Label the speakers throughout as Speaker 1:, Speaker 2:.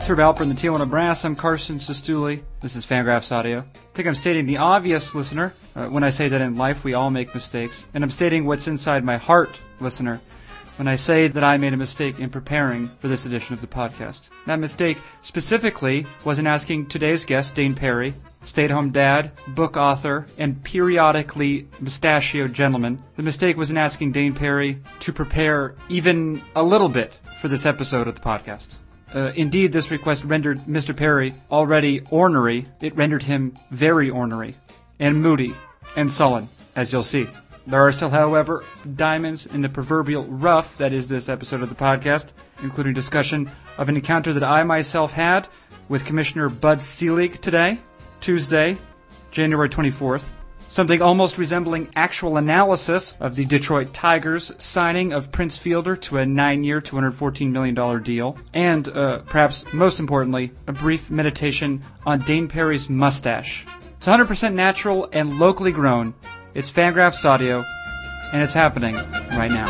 Speaker 1: Richard Alper and the Tijuana Brass. I'm Carson Sestouli. This is Fangraphs Audio. I think I'm stating the obvious, listener, uh, when I say that in life we all make mistakes. And I'm stating what's inside my heart, listener, when I say that I made a mistake in preparing for this edition of the podcast. That mistake specifically was in asking today's guest, Dane Perry, stay at home dad, book author, and periodically mustachioed gentleman. The mistake was in asking Dane Perry to prepare even a little bit for this episode of the podcast. Uh, indeed, this request rendered Mr. Perry already ornery. It rendered him very ornery, and moody, and sullen, as you'll see. There are still, however, diamonds in the proverbial rough that is this episode of the podcast, including discussion of an encounter that I myself had with Commissioner Bud Selig today, Tuesday, January 24th. Something almost resembling actual analysis of the Detroit Tigers signing of Prince Fielder to a nine year, $214 million deal. And, uh, perhaps most importantly, a brief meditation on Dane Perry's mustache. It's 100% natural and locally grown. It's Fangraphs Audio, and it's happening right now.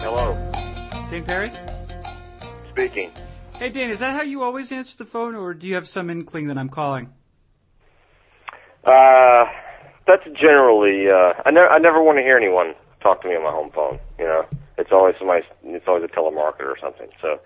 Speaker 2: Hello,
Speaker 1: Dane Perry?
Speaker 2: speaking.
Speaker 1: Hey, Dane, is that how you always answer the phone, or do you have some inkling that I'm calling?
Speaker 2: Uh, that's generally. Uh, I never. I never want to hear anyone talk to me on my home phone. You know, it's always my. It's always a telemarketer or something. So,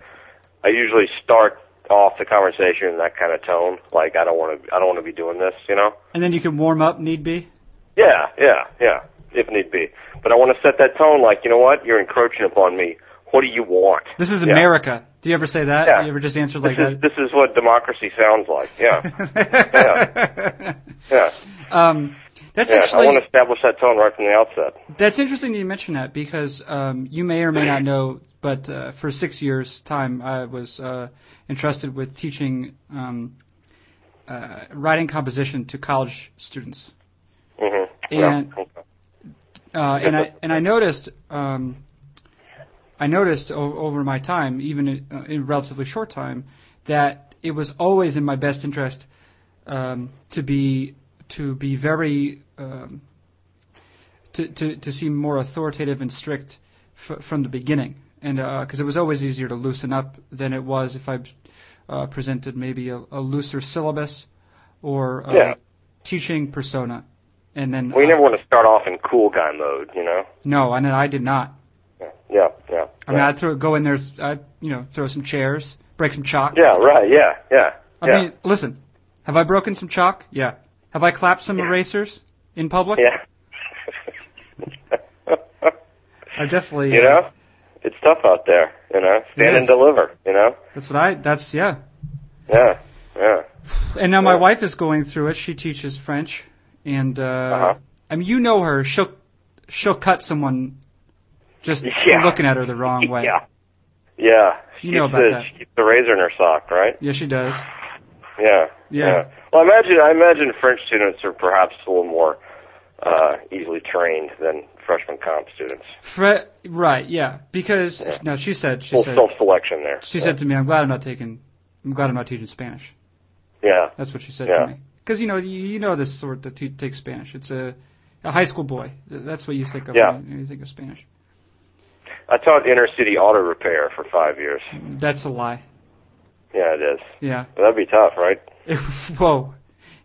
Speaker 2: I usually start off the conversation in that kind of tone. Like I don't want to. I don't want to be doing this. You know.
Speaker 1: And then you can warm up, need be?
Speaker 2: Yeah, yeah, yeah. If need be. But I want to set that tone. Like you know what? You're encroaching upon me. What do you want?
Speaker 1: This is
Speaker 2: Yeah.
Speaker 1: America. Do you ever say that?
Speaker 2: Yeah.
Speaker 1: You ever just answer like
Speaker 2: This is, this is what democracy sounds like. Yeah,
Speaker 1: that?
Speaker 2: yeah,
Speaker 1: um, that's
Speaker 2: yeah. I
Speaker 1: actually
Speaker 2: want to establish that tone right from the outset.
Speaker 1: that's interesting that you mention that because um, you may or may not know, but uh, for six years' time, I was uh, entrusted with teaching um, uh, writing composition to college students.
Speaker 2: Mm-hmm.
Speaker 1: And-
Speaker 2: yeah. okay.
Speaker 1: uh, and I and I noticed um, I noticed o- over my time, even in, uh, in relatively short time, that it was always in my best interest um, to be to be very um, to, to to seem more authoritative and strict f- from the beginning, and because it was always easier to loosen up than it was if I uh, presented maybe a, a looser syllabus or uh,
Speaker 2: Yeah.
Speaker 1: teaching persona, and then
Speaker 2: We
Speaker 1: uh,
Speaker 2: never want to start off in cool guy mode, you know.
Speaker 1: no, I I did not.
Speaker 2: Yeah, yeah, yeah.
Speaker 1: I mean,
Speaker 2: yeah.
Speaker 1: I'd throw, go in there, I'd, you know, throw some chairs, break some chalk.
Speaker 2: yeah, right. Yeah, yeah,
Speaker 1: I
Speaker 2: yeah,
Speaker 1: mean, listen, have I broken some chalk? Yeah. Have I clapped some erasers in public?
Speaker 2: yeah.
Speaker 1: I definitely.
Speaker 2: you know, it's tough out there. You know, stand
Speaker 1: Yes.
Speaker 2: and deliver. You know.
Speaker 1: That's what I. That's yeah.
Speaker 2: Yeah, yeah.
Speaker 1: And now my
Speaker 2: Yeah.
Speaker 1: wife is going through it. She teaches French, and uh,
Speaker 2: Uh-huh.
Speaker 1: I mean, you know her. She'll she'll cut someone just
Speaker 2: Yeah.
Speaker 1: for looking at her the wrong way.
Speaker 2: Yeah. Yeah. She
Speaker 1: You know
Speaker 2: keeps
Speaker 1: about
Speaker 2: the,
Speaker 1: that.
Speaker 2: She keeps the razor in her sock, right?
Speaker 1: Yeah, she does.
Speaker 2: Yeah.
Speaker 1: Yeah.
Speaker 2: Well, I imagine I imagine French students are perhaps a little more uh, easily trained than freshman comp students.
Speaker 1: Fre- right. Yeah. Because no, she said she
Speaker 2: Full
Speaker 1: said
Speaker 2: self selection there.
Speaker 1: she
Speaker 2: yeah.
Speaker 1: said to me, "I'm glad I'm not taking. I'm glad I'm not teaching Spanish."
Speaker 2: Yeah.
Speaker 1: That's what she said to
Speaker 2: Yeah.
Speaker 1: me. Because you know you, you know this sort that t- takes Spanish. It's a, a high school boy. Th- That's what you think of
Speaker 2: Yeah.
Speaker 1: when you think of Spanish.
Speaker 2: I taught inner city auto repair for five years.
Speaker 1: That's a lie.
Speaker 2: Yeah, it is.
Speaker 1: Yeah.
Speaker 2: That'd be tough, right?
Speaker 1: whoa.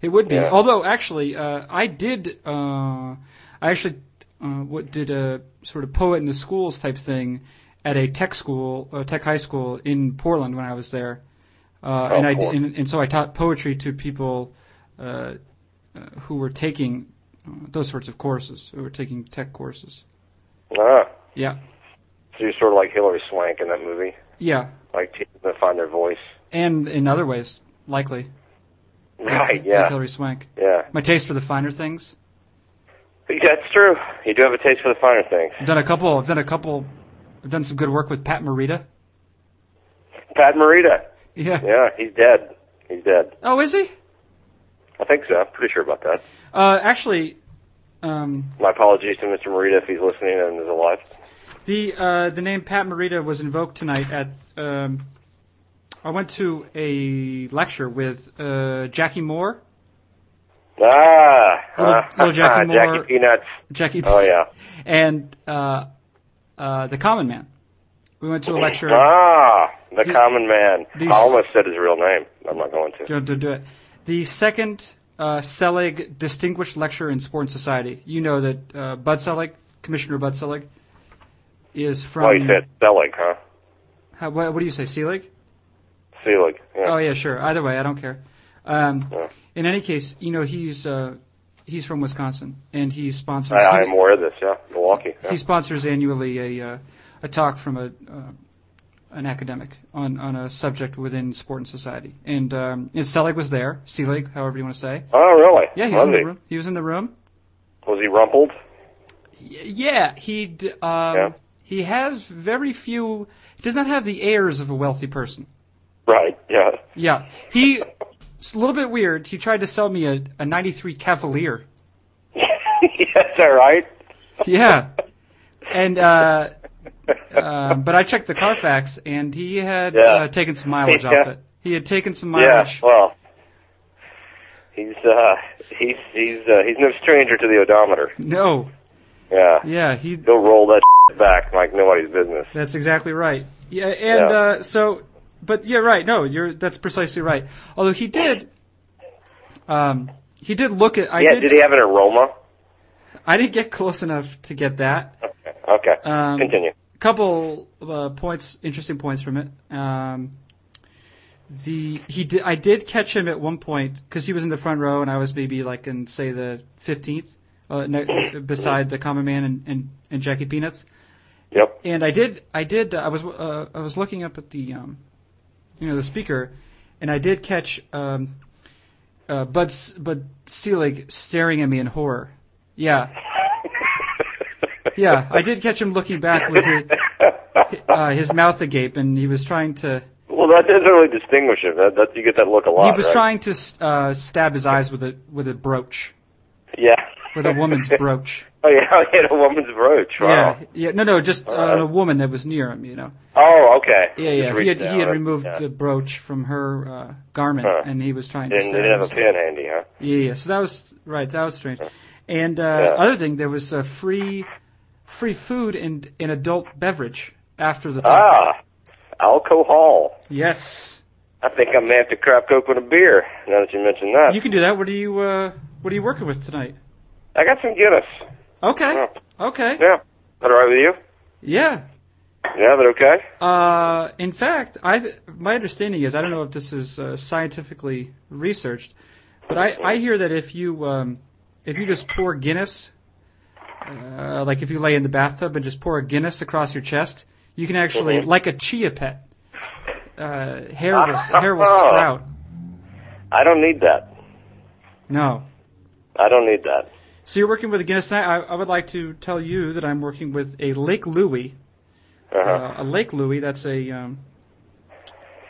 Speaker 1: It would be.
Speaker 2: Yeah.
Speaker 1: Although actually, uh, I did. Uh, I actually uh, what did a sort of poet in the schools type thing at a tech school, uh, tech high school in Portland when I was there, uh,
Speaker 2: Oh,
Speaker 1: and I d-
Speaker 2: cool.
Speaker 1: and, and so I taught poetry to people uh, uh, who were taking uh, those sorts of courses, who were taking tech courses.
Speaker 2: Ah,
Speaker 1: Yeah,
Speaker 2: so you're sort of like Hillary Swank in that movie,
Speaker 1: yeah,
Speaker 2: like teaching them to find their voice.
Speaker 1: and in other ways, likely.
Speaker 2: Right?
Speaker 1: Like
Speaker 2: Yeah.
Speaker 1: Hillary Swank.
Speaker 2: Yeah.
Speaker 1: My taste for the finer things.
Speaker 2: Yeah, it's true. You do have a taste for the finer things.
Speaker 1: I've done a couple. I've done a couple. I've done some good work with Pat Morita.
Speaker 2: Pat Morita.
Speaker 1: Yeah.
Speaker 2: Yeah, he's dead. He's dead.
Speaker 1: Oh, is he?
Speaker 2: I think so. I'm pretty sure about that.
Speaker 1: Uh, actually, um,
Speaker 2: My apologies to Mr. Morita if he's listening and is alive.
Speaker 1: the uh, the name Pat Morita was invoked tonight at. Um, I went to a lecture with uh, Jackie Moore
Speaker 2: Ah,
Speaker 1: Little-
Speaker 2: ah,
Speaker 1: little Jackie Moore.
Speaker 2: Peanuts.
Speaker 1: Jackie.
Speaker 2: Oh yeah.
Speaker 1: And uh, uh, the Common Man. We went to a lecture.
Speaker 2: Ah, the
Speaker 1: Do-
Speaker 2: common man.
Speaker 1: these-
Speaker 2: I almost said his real name. I'm not going to.
Speaker 1: Don't, don't do it. The second uh, Selig Distinguished Lecture in Sport and Society. You know that uh, Bud Selig, Commissioner Bud Selig, is from.
Speaker 2: Well, Oh, he said Selig, huh?
Speaker 1: How, what, what do you say, Selig?
Speaker 2: Selig. Yeah.
Speaker 1: Oh yeah, sure. Either way, I don't care. Um,
Speaker 2: Yeah.
Speaker 1: in any case, you know he's uh, he's from Wisconsin, and he sponsors.
Speaker 2: I, I
Speaker 1: he-
Speaker 2: am aware of this. Yeah, Milwaukee. Yeah.
Speaker 1: he sponsors annually a uh, a talk from a uh, an academic on on a subject within sport and society. And um, and Selig was there, Selig, however you want to say.
Speaker 2: Oh, really?
Speaker 1: Yeah, he was
Speaker 2: was
Speaker 1: in the
Speaker 2: he?
Speaker 1: room. He was in the room.
Speaker 2: Was he rumpled?
Speaker 1: Y- yeah, he d- um,
Speaker 2: Yeah.
Speaker 1: he has very few. He does not have the airs of a wealthy person.
Speaker 2: Right. Yeah.
Speaker 1: Yeah, he. It's a little bit weird. He tried to sell me a, a 93 Cavalier.
Speaker 2: Yes, all right.
Speaker 1: Yeah. And, uh, uh, but I checked the Carfax and he had
Speaker 2: Yeah.
Speaker 1: uh, taken some mileage off
Speaker 2: Yeah.
Speaker 1: it. He had taken some
Speaker 2: Yeah.
Speaker 1: mileage.
Speaker 2: Well, he's uh, he's he's uh, he's no stranger to the odometer.
Speaker 1: No.
Speaker 2: Yeah.
Speaker 1: Yeah, he,
Speaker 2: He'll roll that back like nobody's business.
Speaker 1: that's exactly right. Yeah, and,
Speaker 2: Yeah.
Speaker 1: uh, so, but yeah, right. No, you're, that's precisely right. Although he did, um, he did look at, I
Speaker 2: yeah.
Speaker 1: did,
Speaker 2: Did he have an aroma?
Speaker 1: I didn't get close enough to get that.
Speaker 2: Okay. Okay.
Speaker 1: Um,
Speaker 2: Continue.
Speaker 1: couple uh, points, interesting points from it. Um, the he did, I did catch him at one point because he was in the front row and I was maybe like in say the fifteenth, uh, ne- beside the common man and, and, and Jackie Peanuts.
Speaker 2: Yep.
Speaker 1: And I did I did I was uh, I was looking up at the um, you know the speaker, and I did catch um, uh, Bud S- Bud Selig staring at me in horror. Yeah, yeah, I did catch him looking back with his, uh, his mouth agape, and he was trying to
Speaker 2: Well, that doesn't really distinguish him. That, that you get that look a lot.
Speaker 1: he was
Speaker 2: right?
Speaker 1: trying to uh, stab his eyes with a with a brooch,
Speaker 2: Yeah.
Speaker 1: with a woman's brooch.
Speaker 2: oh yeah, he had a woman's brooch. Wow.
Speaker 1: Yeah, yeah, no, no, just uh,
Speaker 2: Wow.
Speaker 1: a woman that was near him, you know.
Speaker 2: Oh, okay.
Speaker 1: Yeah,
Speaker 2: Just
Speaker 1: yeah, he
Speaker 2: reached
Speaker 1: had he had
Speaker 2: down.
Speaker 1: removed
Speaker 2: Yeah.
Speaker 1: the brooch from her uh, garment,
Speaker 2: Huh.
Speaker 1: and he was trying to.
Speaker 2: Didn't,
Speaker 1: stab
Speaker 2: didn't have
Speaker 1: his-
Speaker 2: a pen handy, huh?
Speaker 1: Yeah, yeah. So that was right. That was strange. And uh,
Speaker 2: Yeah.
Speaker 1: other thing, there was uh, free free food and an adult beverage after the talk.
Speaker 2: Ah, alcohol.
Speaker 1: Yes,
Speaker 2: I think I may have to crack open a beer now that you mention that.
Speaker 1: you can do that. What are you uh, What are you working with tonight?
Speaker 2: I got some Guinness.
Speaker 1: Okay.
Speaker 2: Yeah.
Speaker 1: Okay.
Speaker 2: Yeah. That all right with you?
Speaker 1: Yeah.
Speaker 2: Yeah, that okay?
Speaker 1: Uh, in fact, I th- my understanding is I don't know if this is uh, scientifically researched, but I, I hear that if you um, if you just pour Guinness, uh, like if you lay in the bathtub and just pour a Guinness across your chest, you can actually
Speaker 2: Mhm.
Speaker 1: like a chia pet, uh, hair will hair will sprout.
Speaker 2: I don't need that.
Speaker 1: No.
Speaker 2: I don't need that.
Speaker 1: So you're working with a Guinness. and I, I would like to tell you that I'm working with a Lake Louie,
Speaker 2: Uh-huh.
Speaker 1: uh, a Lake Louie. That's a um,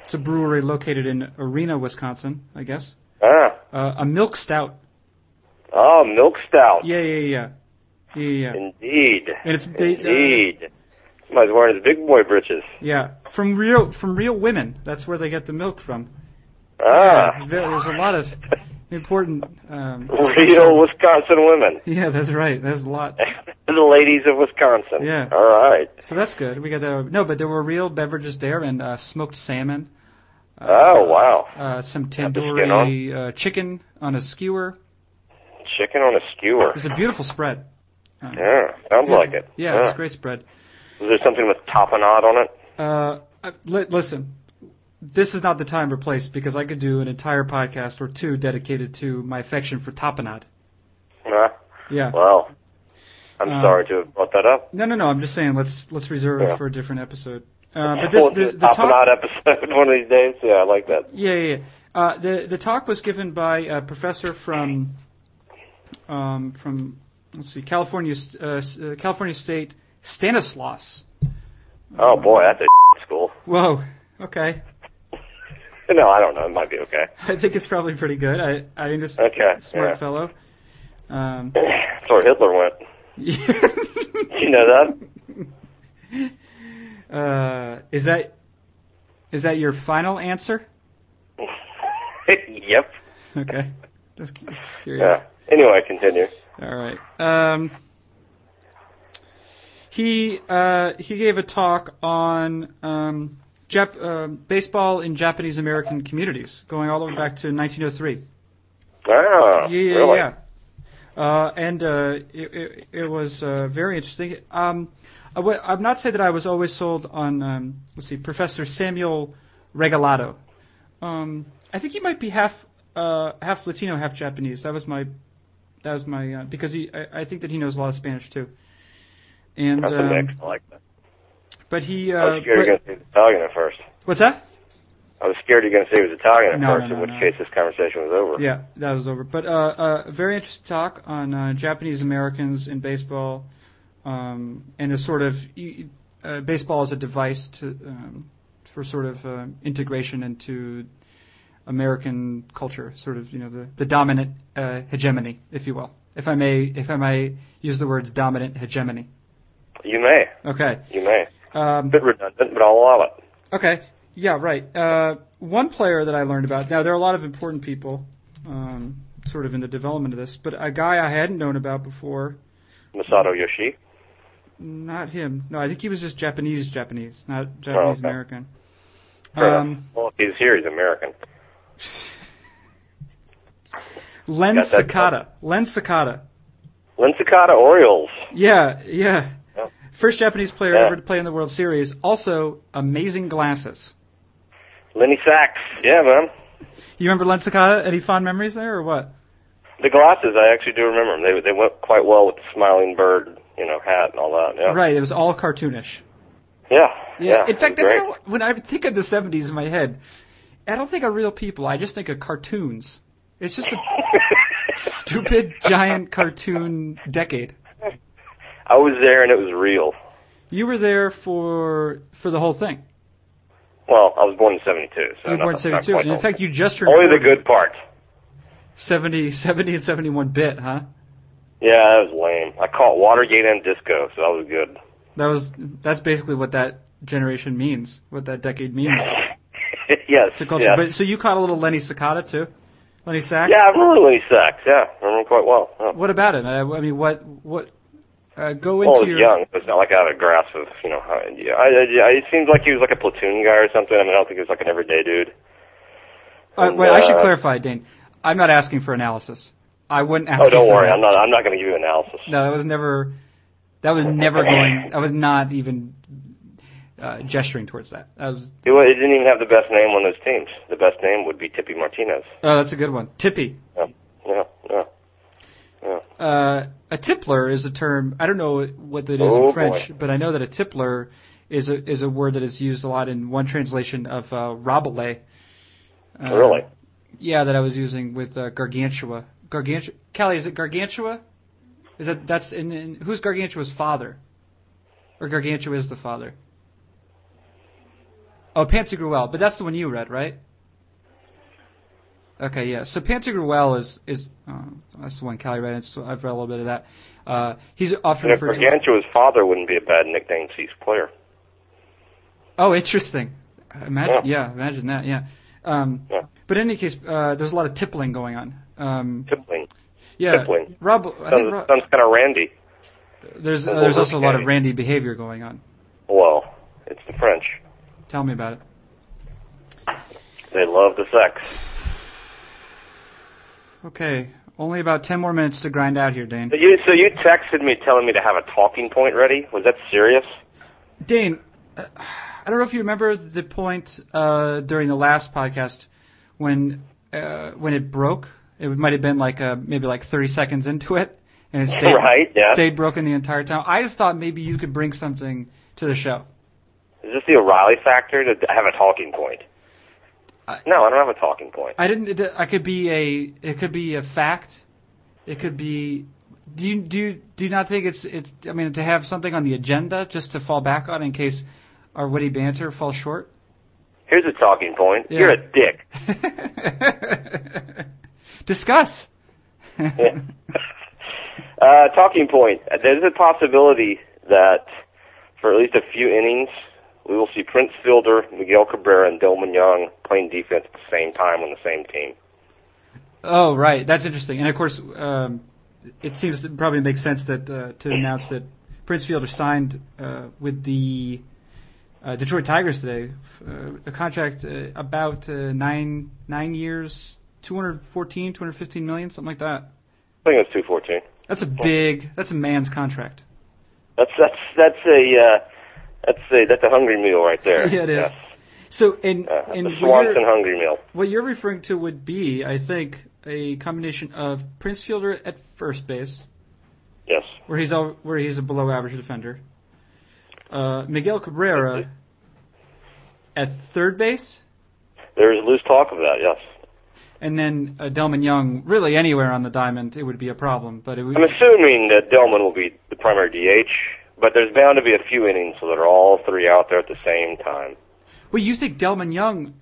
Speaker 1: it's a brewery located in Arena, Wisconsin, I guess.
Speaker 2: ah.
Speaker 1: Uh, a milk stout.
Speaker 2: Oh, milk stout.
Speaker 1: Yeah, yeah, yeah, yeah, yeah. yeah.
Speaker 2: Indeed.
Speaker 1: And it's they, uh,
Speaker 2: Indeed. Somebody's wearing his big boy britches.
Speaker 1: yeah from real from real women. That's where they get the milk from.
Speaker 2: Ah.
Speaker 1: Yeah, there- there's a lot of important. Um,
Speaker 2: Real Wisconsin women.
Speaker 1: yeah, that's right. There's a lot.
Speaker 2: the ladies of Wisconsin.
Speaker 1: Yeah. Uh,
Speaker 2: All right.
Speaker 1: So that's good. We got that. No, but there were real beverages there and uh, smoked salmon. Uh,
Speaker 2: Oh, wow.
Speaker 1: Uh, some
Speaker 2: Got the skin on.
Speaker 1: tandoori uh, chicken on a skewer.
Speaker 2: Chicken on a skewer.
Speaker 1: It was a beautiful spread.
Speaker 2: Yeah, sounds like it. Ah.
Speaker 1: Yeah, it was a great spread.
Speaker 2: Was there something with tapenade on it?
Speaker 1: Uh, I- li- listen, this is not the time or place because I could do an entire podcast or two dedicated to my affection for tapenade.
Speaker 2: Nah.
Speaker 1: Yeah.
Speaker 2: Well, I'm
Speaker 1: Uh,
Speaker 2: sorry to have brought that up.
Speaker 1: No, no, no. I'm just saying. Let's let's reserve it
Speaker 2: Yeah.
Speaker 1: for a different episode. Uh, but this the, the talk.
Speaker 2: tapenade episode one of these days. Yeah, I like that.
Speaker 1: Yeah, yeah. yeah. Uh, the the talk was given by a professor from um, from let's see, California uh, s- uh, California State Stanislaus.
Speaker 2: Oh boy, that's a school.
Speaker 1: Whoa. Okay.
Speaker 2: No, I don't know. It might be okay.
Speaker 1: I think it's probably pretty good. I I mean, this
Speaker 2: Okay,
Speaker 1: smart
Speaker 2: yeah.
Speaker 1: fellow. Um,
Speaker 2: That's where Hitler went. You know that?
Speaker 1: uh, is that is that your final answer?
Speaker 2: yep.
Speaker 1: Okay. Just, just curious.
Speaker 2: Yeah. Anyway, continue.
Speaker 1: All right. Um, he uh, he gave a talk on um, Jap- uh, baseball in Japanese American communities, going all the way back to 1903. Yeah,
Speaker 2: Ah,
Speaker 1: yeah,
Speaker 2: really?
Speaker 1: yeah. Uh, and uh, it, it, it was uh, very interesting. Um, I w- I'm not saying that I was always sold on. Um, let's see, Professor Samuel Regalado. Um, I think he might be half uh, half Latino, half Japanese. That was my that was my uh, because he I, I think that he knows a lot of Spanish too. And
Speaker 2: That's a mix.
Speaker 1: um,
Speaker 2: I like that.
Speaker 1: but he
Speaker 2: I
Speaker 1: uh,
Speaker 2: was scared you were
Speaker 1: but-
Speaker 2: going to say it was Italian at first.
Speaker 1: what's that?
Speaker 2: I was scared you were going to say it was Italian at
Speaker 1: No, no,
Speaker 2: first,
Speaker 1: no,
Speaker 2: in which
Speaker 1: no.
Speaker 2: case this conversation was over.
Speaker 1: Yeah, that was over. But uh, uh, a very interesting talk on uh, Japanese Americans in baseball, um, and a sort of you- uh, baseball as a device to um, for sort of uh, integration into American culture, sort of you know the the dominant uh, hegemony, if you will, if I may, if I may use the words dominant hegemony.
Speaker 2: You may.
Speaker 1: Okay.
Speaker 2: You may.
Speaker 1: Um,
Speaker 2: A bit redundant, but I'll allow it.
Speaker 1: Okay. Yeah, right. Uh, one player that I learned about. Now there are a lot of important people, um, sort of in the development of this, but a guy I hadn't known about before.
Speaker 2: Masato Yoshi.
Speaker 1: Not him. No, I think he was just Japanese. Japanese, not Japanese
Speaker 2: Oh, okay.
Speaker 1: American.
Speaker 2: Fair
Speaker 1: Um,
Speaker 2: enough. Well, if he's here, he's American.
Speaker 1: Len
Speaker 2: Got that
Speaker 1: Sakata. Len Sakata.
Speaker 2: Lynn Cicada Orioles.
Speaker 1: Yeah, yeah.
Speaker 2: Yeah.
Speaker 1: First Japanese player
Speaker 2: Oh. Yeah.
Speaker 1: ever to play in the World Series. Also, amazing glasses.
Speaker 2: Lenny Sachs. Yeah, man.
Speaker 1: You remember Len Sakata? Any fond memories there, or what?
Speaker 2: The glasses, I actually do remember them. They, they went quite well with the smiling bird, you know, hat and all that. Yeah.
Speaker 1: Right. It was all cartoonish.
Speaker 2: Yeah.
Speaker 1: Yeah.
Speaker 2: Yeah.
Speaker 1: In fact,
Speaker 2: Great.
Speaker 1: that's how when I think of the 70s in my head, I don't think of real people. I just think of cartoons. It's just a stupid giant cartoon decade.
Speaker 2: I was there and it was real.
Speaker 1: You were there for for the whole thing.
Speaker 2: Well, I was born in 72.
Speaker 1: You
Speaker 2: So
Speaker 1: were born in
Speaker 2: not-
Speaker 1: 72,
Speaker 2: not quite
Speaker 1: and in
Speaker 2: old.
Speaker 1: fact, you just turned
Speaker 2: Only the
Speaker 1: 40.
Speaker 2: good part.
Speaker 1: 70, 70 and 71 bit, huh?
Speaker 2: Yeah, that was lame. I caught Watergate and disco, so that was good.
Speaker 1: That was that's basically what that generation means, what that decade means
Speaker 2: yes.
Speaker 1: to culture.
Speaker 2: yes.
Speaker 1: But so you caught a little Lenny Sakata too, Lenny Sachs.
Speaker 2: yeah, I remember Lenny Sachs. Yeah, I remember him quite well. Yeah.
Speaker 1: What about it? I, I mean, what what? Uh, go into
Speaker 2: Well, I was
Speaker 1: your
Speaker 2: young, so it's not like I had a grasp of, you know, how, yeah, I, I, it seems like he was like a platoon guy or something. I mean, I don't think he was like an everyday dude.
Speaker 1: Uh,
Speaker 2: And,
Speaker 1: wait, I should
Speaker 2: uh,
Speaker 1: clarify, Dane. I'm not asking for analysis. I wouldn't ask.
Speaker 2: Oh,
Speaker 1: you
Speaker 2: don't
Speaker 1: for
Speaker 2: worry.
Speaker 1: that.
Speaker 2: I'm not, I'm not going to give you analysis.
Speaker 1: No, that was never. That was never going. I was not even uh, gesturing towards that. That was.
Speaker 2: He, wa- he didn't even have the best name on those teams. The best name would be Tippy Martinez.
Speaker 1: Oh, that's a good one. Tippy.
Speaker 2: Yeah, yeah, yeah. yeah.
Speaker 1: Uh, a tippler is a term. I don't know what that is
Speaker 2: Oh,
Speaker 1: in French, but I know that a tippler is a is a word that is used a lot in one translation of uh, Rabelais. Uh,
Speaker 2: really?
Speaker 1: Yeah, that I was using with uh, Gargantua. Gargantua. Callie, is it Gargantua? Is that that's in, in who's Gargantua's father? Or Gargantua is the father? Oh, Pantagruel, but that's the one you read, right? Okay, yeah. So Pantagruel is is um, that's the one Callie read. and So I've read a little bit of that. Uh, he's often
Speaker 2: And if
Speaker 1: referred to.
Speaker 2: Gargantua's father wouldn't be a bad nickname for his player.
Speaker 1: Oh, interesting. Imagine, yeah, imagine that, yeah. Um,
Speaker 2: Yeah.
Speaker 1: But in any case, uh, there's a lot of tippling going on. Um,
Speaker 2: Tippling.
Speaker 1: yeah,
Speaker 2: tippling.
Speaker 1: Rob, I think
Speaker 2: Sounds,
Speaker 1: Rob,
Speaker 2: sounds kind of randy.
Speaker 1: There's uh,
Speaker 2: Well,
Speaker 1: there's
Speaker 2: well,
Speaker 1: also a lot of
Speaker 2: okay.
Speaker 1: randy behavior going on.
Speaker 2: Well, it's the French.
Speaker 1: Tell me about it.
Speaker 2: They love the sex.
Speaker 1: Okay, only about ten more minutes to grind out here, Dane.
Speaker 2: So you, so you texted me telling me to have a talking point ready? Was that serious?
Speaker 1: Dane, uh, I don't know if you remember the point uh, during the last podcast when uh, when it broke. It might have been like uh, maybe like 30 seconds into it, and it stayed
Speaker 2: Right, yeah.
Speaker 1: stayed broken the entire time. I just thought maybe you could bring something to the show.
Speaker 2: Is this the O'Reilly factor to have a talking point?
Speaker 1: I-
Speaker 2: no, I don't have a talking point.
Speaker 1: I didn't. it- I could be a. It could be a fact. It could be. Do you do you, do you not think it's it's? I mean, to have something on the agenda just to fall back on in case our witty banter falls short.
Speaker 2: Here's a talking point.
Speaker 1: Yeah.
Speaker 2: You're a dick.
Speaker 1: Discuss.
Speaker 2: Yeah. uh, talking point. There's a possibility that for at least a few innings, we will see Prince Fielder, Miguel Cabrera, and Delman Young playing defense at the same time on the same team.
Speaker 1: Oh, right. That's interesting. And of course, um, it seems to probably make sense that uh, to announce that Prince Fielder signed uh, with the uh, Detroit Tigers today, uh, a contract uh, about uh, nine nine years, 214, 215 million, something like that.
Speaker 2: I think it was two fourteen.
Speaker 1: That's a big. That's a man's contract.
Speaker 2: That's that's that's a uh, that's a that's a hungry meal right there.
Speaker 1: Yeah, it is. So, and
Speaker 2: Yeah. Uh,
Speaker 1: and
Speaker 2: the
Speaker 1: what you're-
Speaker 2: Swanson hungry meal.
Speaker 1: What you're referring to would be, I think, a combination of Prince Fielder at first base,
Speaker 2: Yes.
Speaker 1: where he's all, where he's a below average defender, uh, Miguel Cabrera at third base,
Speaker 2: There is loose talk of that. Yes.
Speaker 1: and then uh, Delman Young. Really, anywhere on the diamond, it would be a problem. But it would,
Speaker 2: I'm assuming that Delman will be the primary DH, but there's bound to be a few innings so that are all three out there at the same time.
Speaker 1: well, you think Delman Young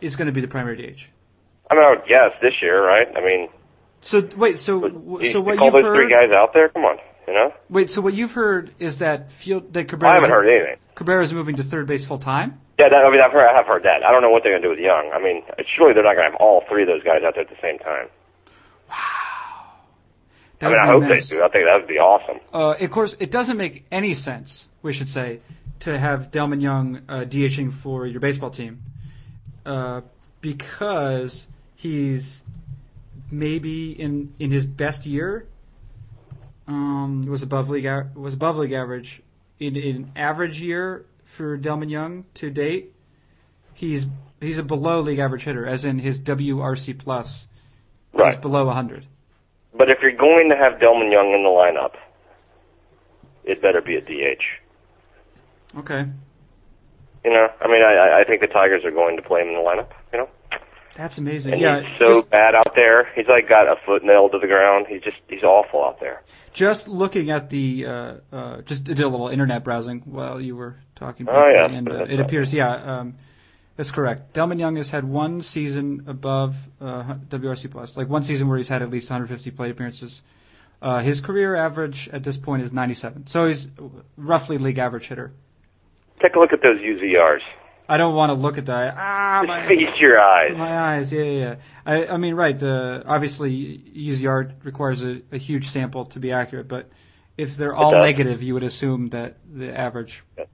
Speaker 1: is going to be the primary DH?
Speaker 2: I mean, I would guess this year, right? I mean,
Speaker 1: So wait, so
Speaker 2: you,
Speaker 1: w- so
Speaker 2: you
Speaker 1: what
Speaker 2: call
Speaker 1: you've
Speaker 2: those three
Speaker 1: heard?
Speaker 2: guys out there? Come on, you know.
Speaker 1: Wait, so what you've heard is that field that
Speaker 2: I haven't
Speaker 1: Cabrera
Speaker 2: heard anything.
Speaker 1: Cabrera's moving to third base full time.
Speaker 2: Yeah, that, I mean, I've heard, I have heard that. I don't know what they're going to do with Young. I mean, surely they're not going to have all three of those guys out there at the same time.
Speaker 1: That
Speaker 2: I mean,
Speaker 1: would
Speaker 2: I
Speaker 1: be a
Speaker 2: hope
Speaker 1: menace.
Speaker 2: they do. I think that would be awesome.
Speaker 1: Uh, of course, it doesn't make any sense, we should say, to have Delman Young uh, DHing for your baseball team uh, because he's maybe in in his best year um, was above league a- was above league average in in an average year for Delman Young to date. He's he's a below league average hitter, as in his WRC plus is
Speaker 2: Right.
Speaker 1: below 100.
Speaker 2: But if you're going to have Delman Young in the lineup, it better be a DH.
Speaker 1: Okay,
Speaker 2: You know, I mean, I, I- I think the Tigers are going to play him in the lineup. You know,
Speaker 1: that's amazing.
Speaker 2: and
Speaker 1: yeah,
Speaker 2: he's so
Speaker 1: just-
Speaker 2: bad out there. He's like got a foot nailed to the ground. He's just he's awful out there.
Speaker 1: Just looking at the uh, uh, just did a little internet browsing while you were talking,
Speaker 2: Oh,
Speaker 1: briefly,
Speaker 2: yeah.
Speaker 1: and uh,
Speaker 2: That's
Speaker 1: it
Speaker 2: right.
Speaker 1: appears, yeah, um, that's correct. Delman Young has had one season above uh, WRC plus, like one season where he's had at least 150 plate appearances. Uh, his career average at this point is 97, so he's roughly league average hitter.
Speaker 2: Take a look at those UZRs.
Speaker 1: I don't want to look at that. Ah,
Speaker 2: Just
Speaker 1: my,
Speaker 2: feast your eyes.
Speaker 1: my eyes. Yeah, yeah. yeah. I, I mean, right. Uh, obviously, UZR requires a, a huge sample to be accurate, but if they're all
Speaker 2: does.
Speaker 1: negative, you would assume that the average uh,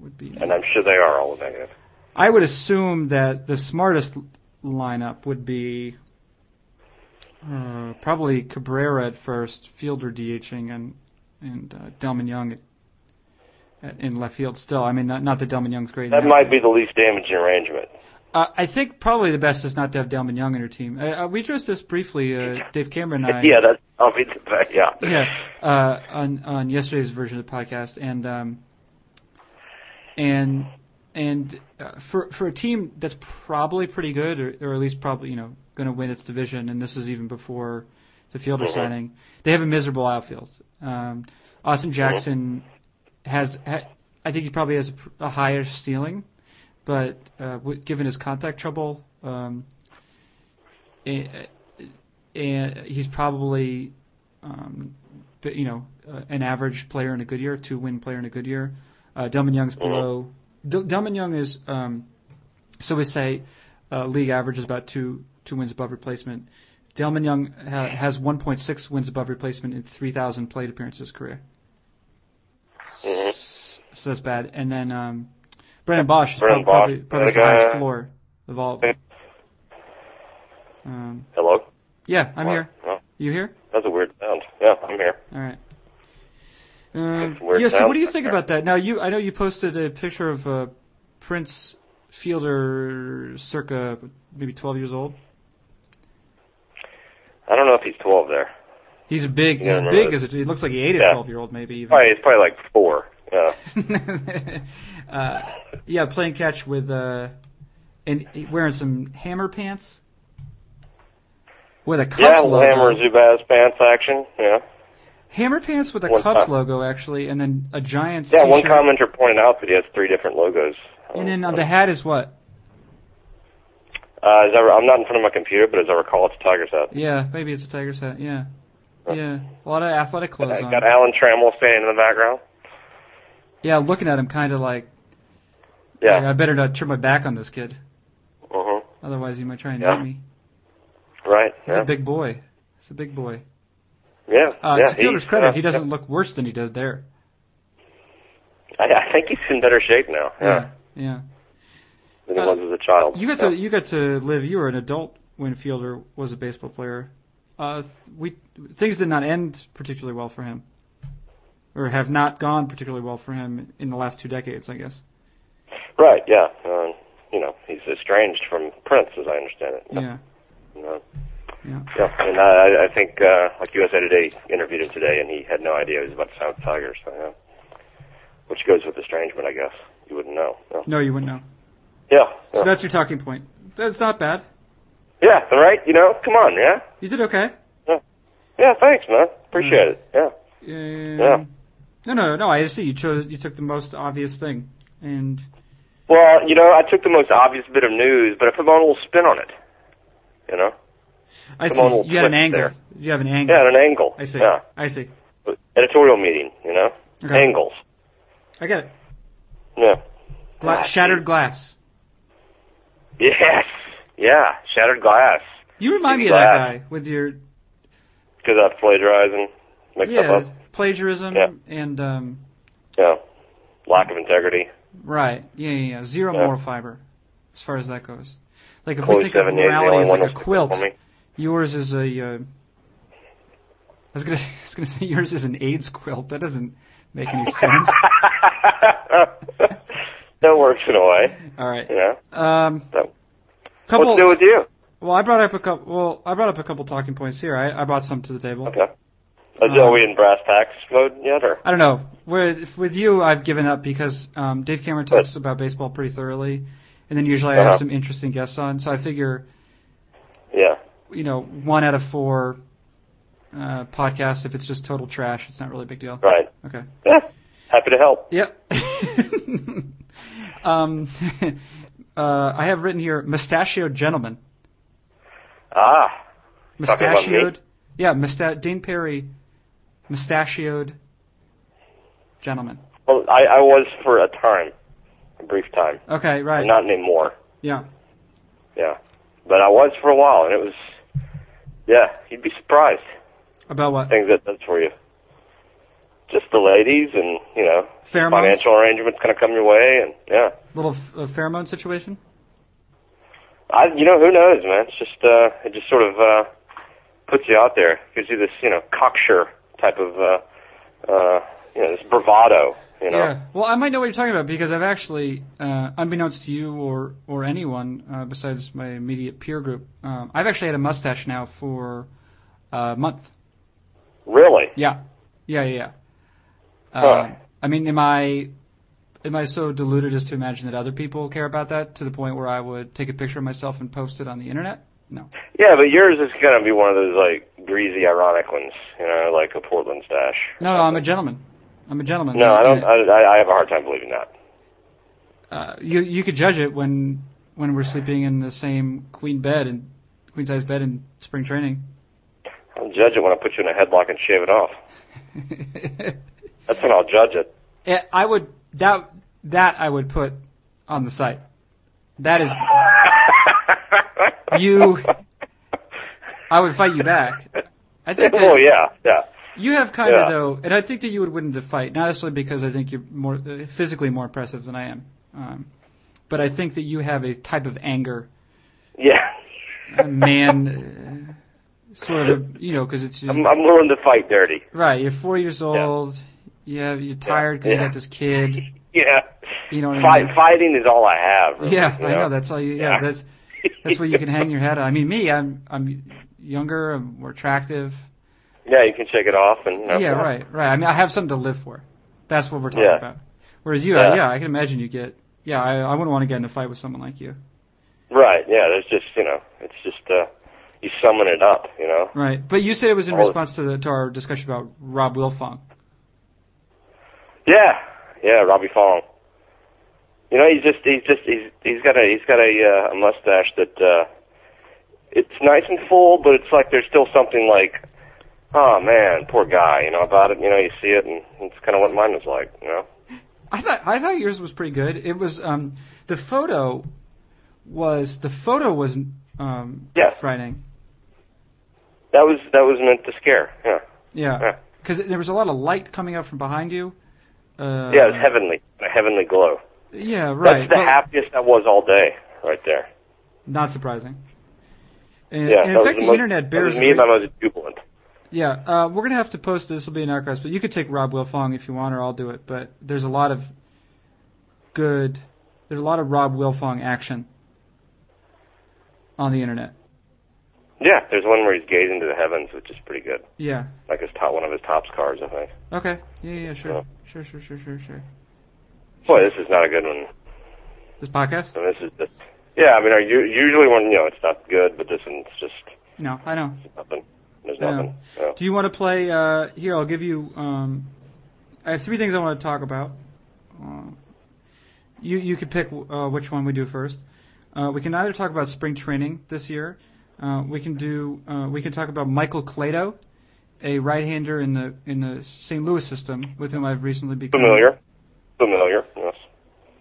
Speaker 1: would be.
Speaker 2: And I'm sure they are all negative.
Speaker 1: I would assume that the smartest l- lineup would be uh, probably Cabrera at first, Fielder DHing, and and uh, Delman Young at, at, in left field. Still, I mean, not, not that Delman Young's great.
Speaker 2: That
Speaker 1: now,
Speaker 2: might be the least damaging arrangement.
Speaker 1: uh, I think probably the best is not to have Delman Young on your team. Uh, uh, we addressed this briefly, uh, Dave Cameron and I.
Speaker 2: yeah, that's I'll be the yeah.
Speaker 1: yeah, uh, on on yesterday's version of the podcast, and um, and and uh, for for a team that's probably pretty good, or, or at least probably you know going to win its division, and this is even before the fielder signing, they have a miserable outfield. Um, Austin Jackson has, ha- I think he probably has a, pr- a higher ceiling, but uh, w- given his contact trouble, um, eh, and, and he's probably um, but, you know, uh, an average player in a good year, two win player in a good year. Uh, Delman Young's
Speaker 2: Oh,
Speaker 1: below. D- Delman Young is, um, so we say, uh, league average is about two two wins above replacement. Delman Young ha- has 1.6 wins above replacement in 3,000 plate appearances career. S- So that's bad. And then um, Brandon Bosch is
Speaker 2: Mm-hmm. Brandon
Speaker 1: prob- probably,
Speaker 2: Bosch,
Speaker 1: probably
Speaker 2: that
Speaker 1: the highest
Speaker 2: guy-
Speaker 1: floor of all. Of them. Um,
Speaker 2: Hello.
Speaker 1: yeah, I'm
Speaker 2: Wow.
Speaker 1: here.
Speaker 2: Wow.
Speaker 1: You here?
Speaker 2: That's a weird sound. Yeah, I'm here.
Speaker 1: All right. Um,
Speaker 2: That's where
Speaker 1: yeah.
Speaker 2: it
Speaker 1: So, what do you
Speaker 2: sounds
Speaker 1: think
Speaker 2: like.
Speaker 1: about that? Now, you, I know you posted a picture of uh, Prince Fielder, circa maybe 12 years old.
Speaker 2: I don't know if he's 12 there.
Speaker 1: He's big.
Speaker 2: Yeah, I
Speaker 1: He's
Speaker 2: remember
Speaker 1: big
Speaker 2: that.
Speaker 1: as a, he looks like he ate a
Speaker 2: Yeah.
Speaker 1: 12 year old, maybe even.
Speaker 2: Probably, it's probably like four. Yeah.
Speaker 1: uh, yeah, playing catch with uh, and wearing some hammer pants with a Cubs
Speaker 2: yeah,
Speaker 1: logo.
Speaker 2: Hammer Zubaz pants action. Yeah.
Speaker 1: Hammer pants with a
Speaker 2: One
Speaker 1: Cubs
Speaker 2: time.
Speaker 1: logo, actually, and then a Giants.
Speaker 2: Yeah, one
Speaker 1: t-shirt.
Speaker 2: commenter pointed out that he has three different logos.
Speaker 1: And then on the hat is what?
Speaker 2: Uh, as I, re- I'm not in front of my computer, but as I recall, it's a Tiger's hat.
Speaker 1: Yeah, maybe it's a Tiger's hat. Yeah, yeah, a lot of athletic clothes
Speaker 2: I
Speaker 1: on.
Speaker 2: got Alan Trammell standing in the background.
Speaker 1: Yeah, looking at him, kind of like, like,
Speaker 2: Yeah.
Speaker 1: I better not turn my back on this kid,
Speaker 2: Uh-huh.
Speaker 1: otherwise he might try and
Speaker 2: Yeah.
Speaker 1: hit me.
Speaker 2: Right.
Speaker 1: He's
Speaker 2: yeah.
Speaker 1: a big boy. He's a big boy.
Speaker 2: yeah.
Speaker 1: Uh,
Speaker 2: yeah.
Speaker 1: to Fielder's
Speaker 2: he's,
Speaker 1: credit,
Speaker 2: uh,
Speaker 1: he doesn't look worse than he does there.
Speaker 2: I, I think he's in better shape now. Yeah.
Speaker 1: Yeah. yeah.
Speaker 2: Than he
Speaker 1: Uh,
Speaker 2: was as a child.
Speaker 1: You got
Speaker 2: yeah.
Speaker 1: to you got to live. You were an adult when Fielder was a baseball player. Uh, th- we things did not end particularly well for him, or have not gone particularly well for him in the last two decades, I guess.
Speaker 2: Right. Yeah. Um, you know, he's estranged from Prince, as I understand it.
Speaker 1: Yeah,
Speaker 2: You know,
Speaker 1: yeah.
Speaker 2: yeah. And I, I think, uh, like USA Today interviewed him today, and he had no idea he was about to sign with Tigers. So, yeah. Which goes with estrangement, I guess. You wouldn't know. Yeah.
Speaker 1: No, you wouldn't know.
Speaker 2: Yeah.
Speaker 1: So
Speaker 2: Yeah.
Speaker 1: that's your talking point. That's not bad.
Speaker 2: yeah. All right. You know. Come on. Yeah.
Speaker 1: You did okay.
Speaker 2: Yeah. Thanks, man. Appreciate it. Yeah.
Speaker 1: Um, No, no, no. I see. You chose. You took the most obvious thing, and
Speaker 2: Well, you know, I took the most obvious bit of news, but I put my own little spin on it. You know?
Speaker 1: Mm. I
Speaker 2: Come
Speaker 1: see.
Speaker 2: on, we'll
Speaker 1: You had an
Speaker 2: flip
Speaker 1: angle.
Speaker 2: there.
Speaker 1: You have an angle.
Speaker 2: Yeah, at an angle.
Speaker 1: I see.
Speaker 2: Yeah.
Speaker 1: I see.
Speaker 2: Editorial meeting, you know?
Speaker 1: Okay.
Speaker 2: Angles.
Speaker 1: I get it.
Speaker 2: Yeah.
Speaker 1: Gla-
Speaker 2: Ah,
Speaker 1: shattered
Speaker 2: dude.
Speaker 1: glass.
Speaker 2: Yes. Yeah. Shattered glass.
Speaker 1: You remind me of that
Speaker 2: Glass.
Speaker 1: guy with your
Speaker 2: Because I was plagiarizing, make
Speaker 1: yeah
Speaker 2: stuff up.
Speaker 1: plagiarism
Speaker 2: Yeah.
Speaker 1: and um
Speaker 2: Yeah. Lack of integrity.
Speaker 1: right yeah yeah, yeah. zero
Speaker 2: Yeah.
Speaker 1: moral fiber as far as that goes. Like if we
Speaker 2: Chloe
Speaker 1: think of
Speaker 2: 78 is the
Speaker 1: morality
Speaker 2: only
Speaker 1: as
Speaker 2: one
Speaker 1: like a
Speaker 2: that's
Speaker 1: quilt,
Speaker 2: for me.
Speaker 1: yours is a. Uh, I was gonna I was gonna say yours is an AIDS quilt. That doesn't make any sense.
Speaker 2: that works in a way,
Speaker 1: All right.
Speaker 2: you know?
Speaker 1: Um,
Speaker 2: So,
Speaker 1: couple.
Speaker 2: What's new with you?
Speaker 1: Well, I brought up a couple. Well, I brought up a couple talking points here. I, I brought some to the table.
Speaker 2: Okay. Uh,
Speaker 1: Um,
Speaker 2: are we in brass tacks mode yet, or?
Speaker 1: I don't know. With with you, I've given up because um, Dave Cameron talks about baseball pretty thoroughly, and then usually I have
Speaker 2: Uh-huh.
Speaker 1: some interesting guests on. So I figure,
Speaker 2: Yeah.
Speaker 1: you know, one out of four uh, podcasts, if it's just total trash, it's not really a big deal.
Speaker 2: Right.
Speaker 1: Okay.
Speaker 2: Yeah. Happy to help.
Speaker 1: Yep. um, uh, I have written here mustachioed gentleman.
Speaker 2: Ah, Talking about me?
Speaker 1: Mustachioed. Yeah, musta- Dean Perry, mustachioed gentleman.
Speaker 2: well, I, I was for a time, a brief time,
Speaker 1: Okay, right.
Speaker 2: not anymore.
Speaker 1: yeah.
Speaker 2: Yeah, but I was for a while, and it was, yeah, you'd be surprised
Speaker 1: About what?
Speaker 2: things that does for you. Just the ladies, and you know,
Speaker 1: Pheromones.
Speaker 2: financial arrangements kind of come your way, and yeah,
Speaker 1: little f- uh, pheromone situation.
Speaker 2: I, you know, who knows, man? It's just, uh, it just sort of uh, puts you out there, gives you this, you know, cocksure type of, uh, uh, you know, this bravado, you know.
Speaker 1: Yeah. Well, I might know what you're talking about because I've actually, uh, unbeknownst to you or or anyone uh, besides my immediate peer group, um, I've actually had a mustache now for uh, a month.
Speaker 2: Really?
Speaker 1: Yeah. Yeah. Yeah. yeah.
Speaker 2: Huh.
Speaker 1: Um, I mean, am I am I so deluded as to imagine that other people care about that to the point where I would take a picture of myself and post it on the internet? No.
Speaker 2: Yeah, but yours is gonna be one of those like greasy, ironic ones, you know, like a Portland stash.
Speaker 1: No, no. I'm a gentleman. I'm a gentleman.
Speaker 2: No, I don't.
Speaker 1: Yeah.
Speaker 2: I, I have a hard time believing that.
Speaker 1: uh, you you could judge it when when we're sleeping in the same queen bed and queen size bed in spring training.
Speaker 2: I'll judge it when I put you in a headlock and shave it off. That's when I'll judge it.
Speaker 1: Eh, I would that that I would put on the site. That is you. I would fight you back. I think that
Speaker 2: oh yeah, yeah.
Speaker 1: you have kind of
Speaker 2: Yeah.
Speaker 1: though, and I think that you would win the fight. Not necessarily because I think you're more uh, physically more impressive than I am, um, but I think that you have a type of anger
Speaker 2: Yeah.
Speaker 1: a man uh, sort of you know because it's
Speaker 2: I'm, I'm willing to fight dirty.
Speaker 1: right you're four years old you have, you're tired because
Speaker 2: Yeah.
Speaker 1: you got this kid
Speaker 2: Yeah.
Speaker 1: you know what I
Speaker 2: Fight,
Speaker 1: mean?
Speaker 2: fighting is all I have. really,
Speaker 1: yeah
Speaker 2: you
Speaker 1: i know that's all you yeah,
Speaker 2: Yeah.
Speaker 1: that's that's where you can hang your head on. i mean me i'm i'm younger i'm more attractive
Speaker 2: Yeah, you can shake it off and. you know,
Speaker 1: yeah right right i mean i have something to live for that's what we're talking
Speaker 2: Yeah.
Speaker 1: about whereas you yeah.
Speaker 2: Yeah.
Speaker 1: yeah i can imagine you get yeah i i wouldn't want to get in a fight with someone like you
Speaker 2: Right. Yeah. There's just you know, it's just uh, you summon it up, you know.
Speaker 1: right but you said it was in
Speaker 2: All of-
Speaker 1: response to the to our discussion about rob wilfong
Speaker 2: Yeah, yeah, Robbie Fong. You know, he's just he's just he's he's got a he's got a, uh, a mustache that uh, it's nice and full, but it's like there's still something like, oh man, poor guy, you know about it. You know, you see it, and it's kind of what mine was like, you know.
Speaker 1: I thought I thought yours was pretty good. It was um the photo was the photo was um
Speaker 2: Yeah.
Speaker 1: frightening.
Speaker 2: That was that was meant to scare. Yeah.
Speaker 1: Yeah.
Speaker 2: Yeah.
Speaker 1: Because there was a lot of light coming up from behind you. Uh,
Speaker 2: Yeah, it was heavenly, a heavenly glow.
Speaker 1: Yeah, right.
Speaker 2: That's the
Speaker 1: but
Speaker 2: happiest I was all day, right there.
Speaker 1: not surprising. And,
Speaker 2: Yeah,
Speaker 1: and
Speaker 2: that
Speaker 1: in
Speaker 2: was
Speaker 1: fact, the,
Speaker 2: most-
Speaker 1: internet bears.
Speaker 2: That was me
Speaker 1: great-
Speaker 2: and I was jubilant.
Speaker 1: Yeah, uh, we're gonna have to post this. Will be in archives, but you could take Rob Wilfong if you want, or I'll do it. But there's a lot of good. There's a lot of Rob Wilfong action on the internet.
Speaker 2: Yeah, there's one where he's gazing to the heavens, which is pretty good.
Speaker 1: Yeah.
Speaker 2: Like his top, one of his tops cars, I think.
Speaker 1: Okay. Yeah. Yeah. Sure.
Speaker 2: Yeah.
Speaker 1: Sure. Sure. Sure. Sure. Sure.
Speaker 2: Boy, this is not a good one.
Speaker 1: This podcast?
Speaker 2: I mean, this is just, yeah. I mean, our, u- usually when you know it's not good, but this one's just
Speaker 1: No, I know.
Speaker 2: nothing. There's
Speaker 1: Yeah.
Speaker 2: nothing. Yeah.
Speaker 1: Do you want to play? Uh, here, I'll give you. Um, I have three things I want to talk about. Uh, you you could pick uh, which one we do first. Uh, we can either talk about spring training this year. Uh, we can do. Uh, we can talk about Michael Clato, a right-hander in the in the St. Louis system, with whom I've recently become
Speaker 2: Familiar, familiar. Yes.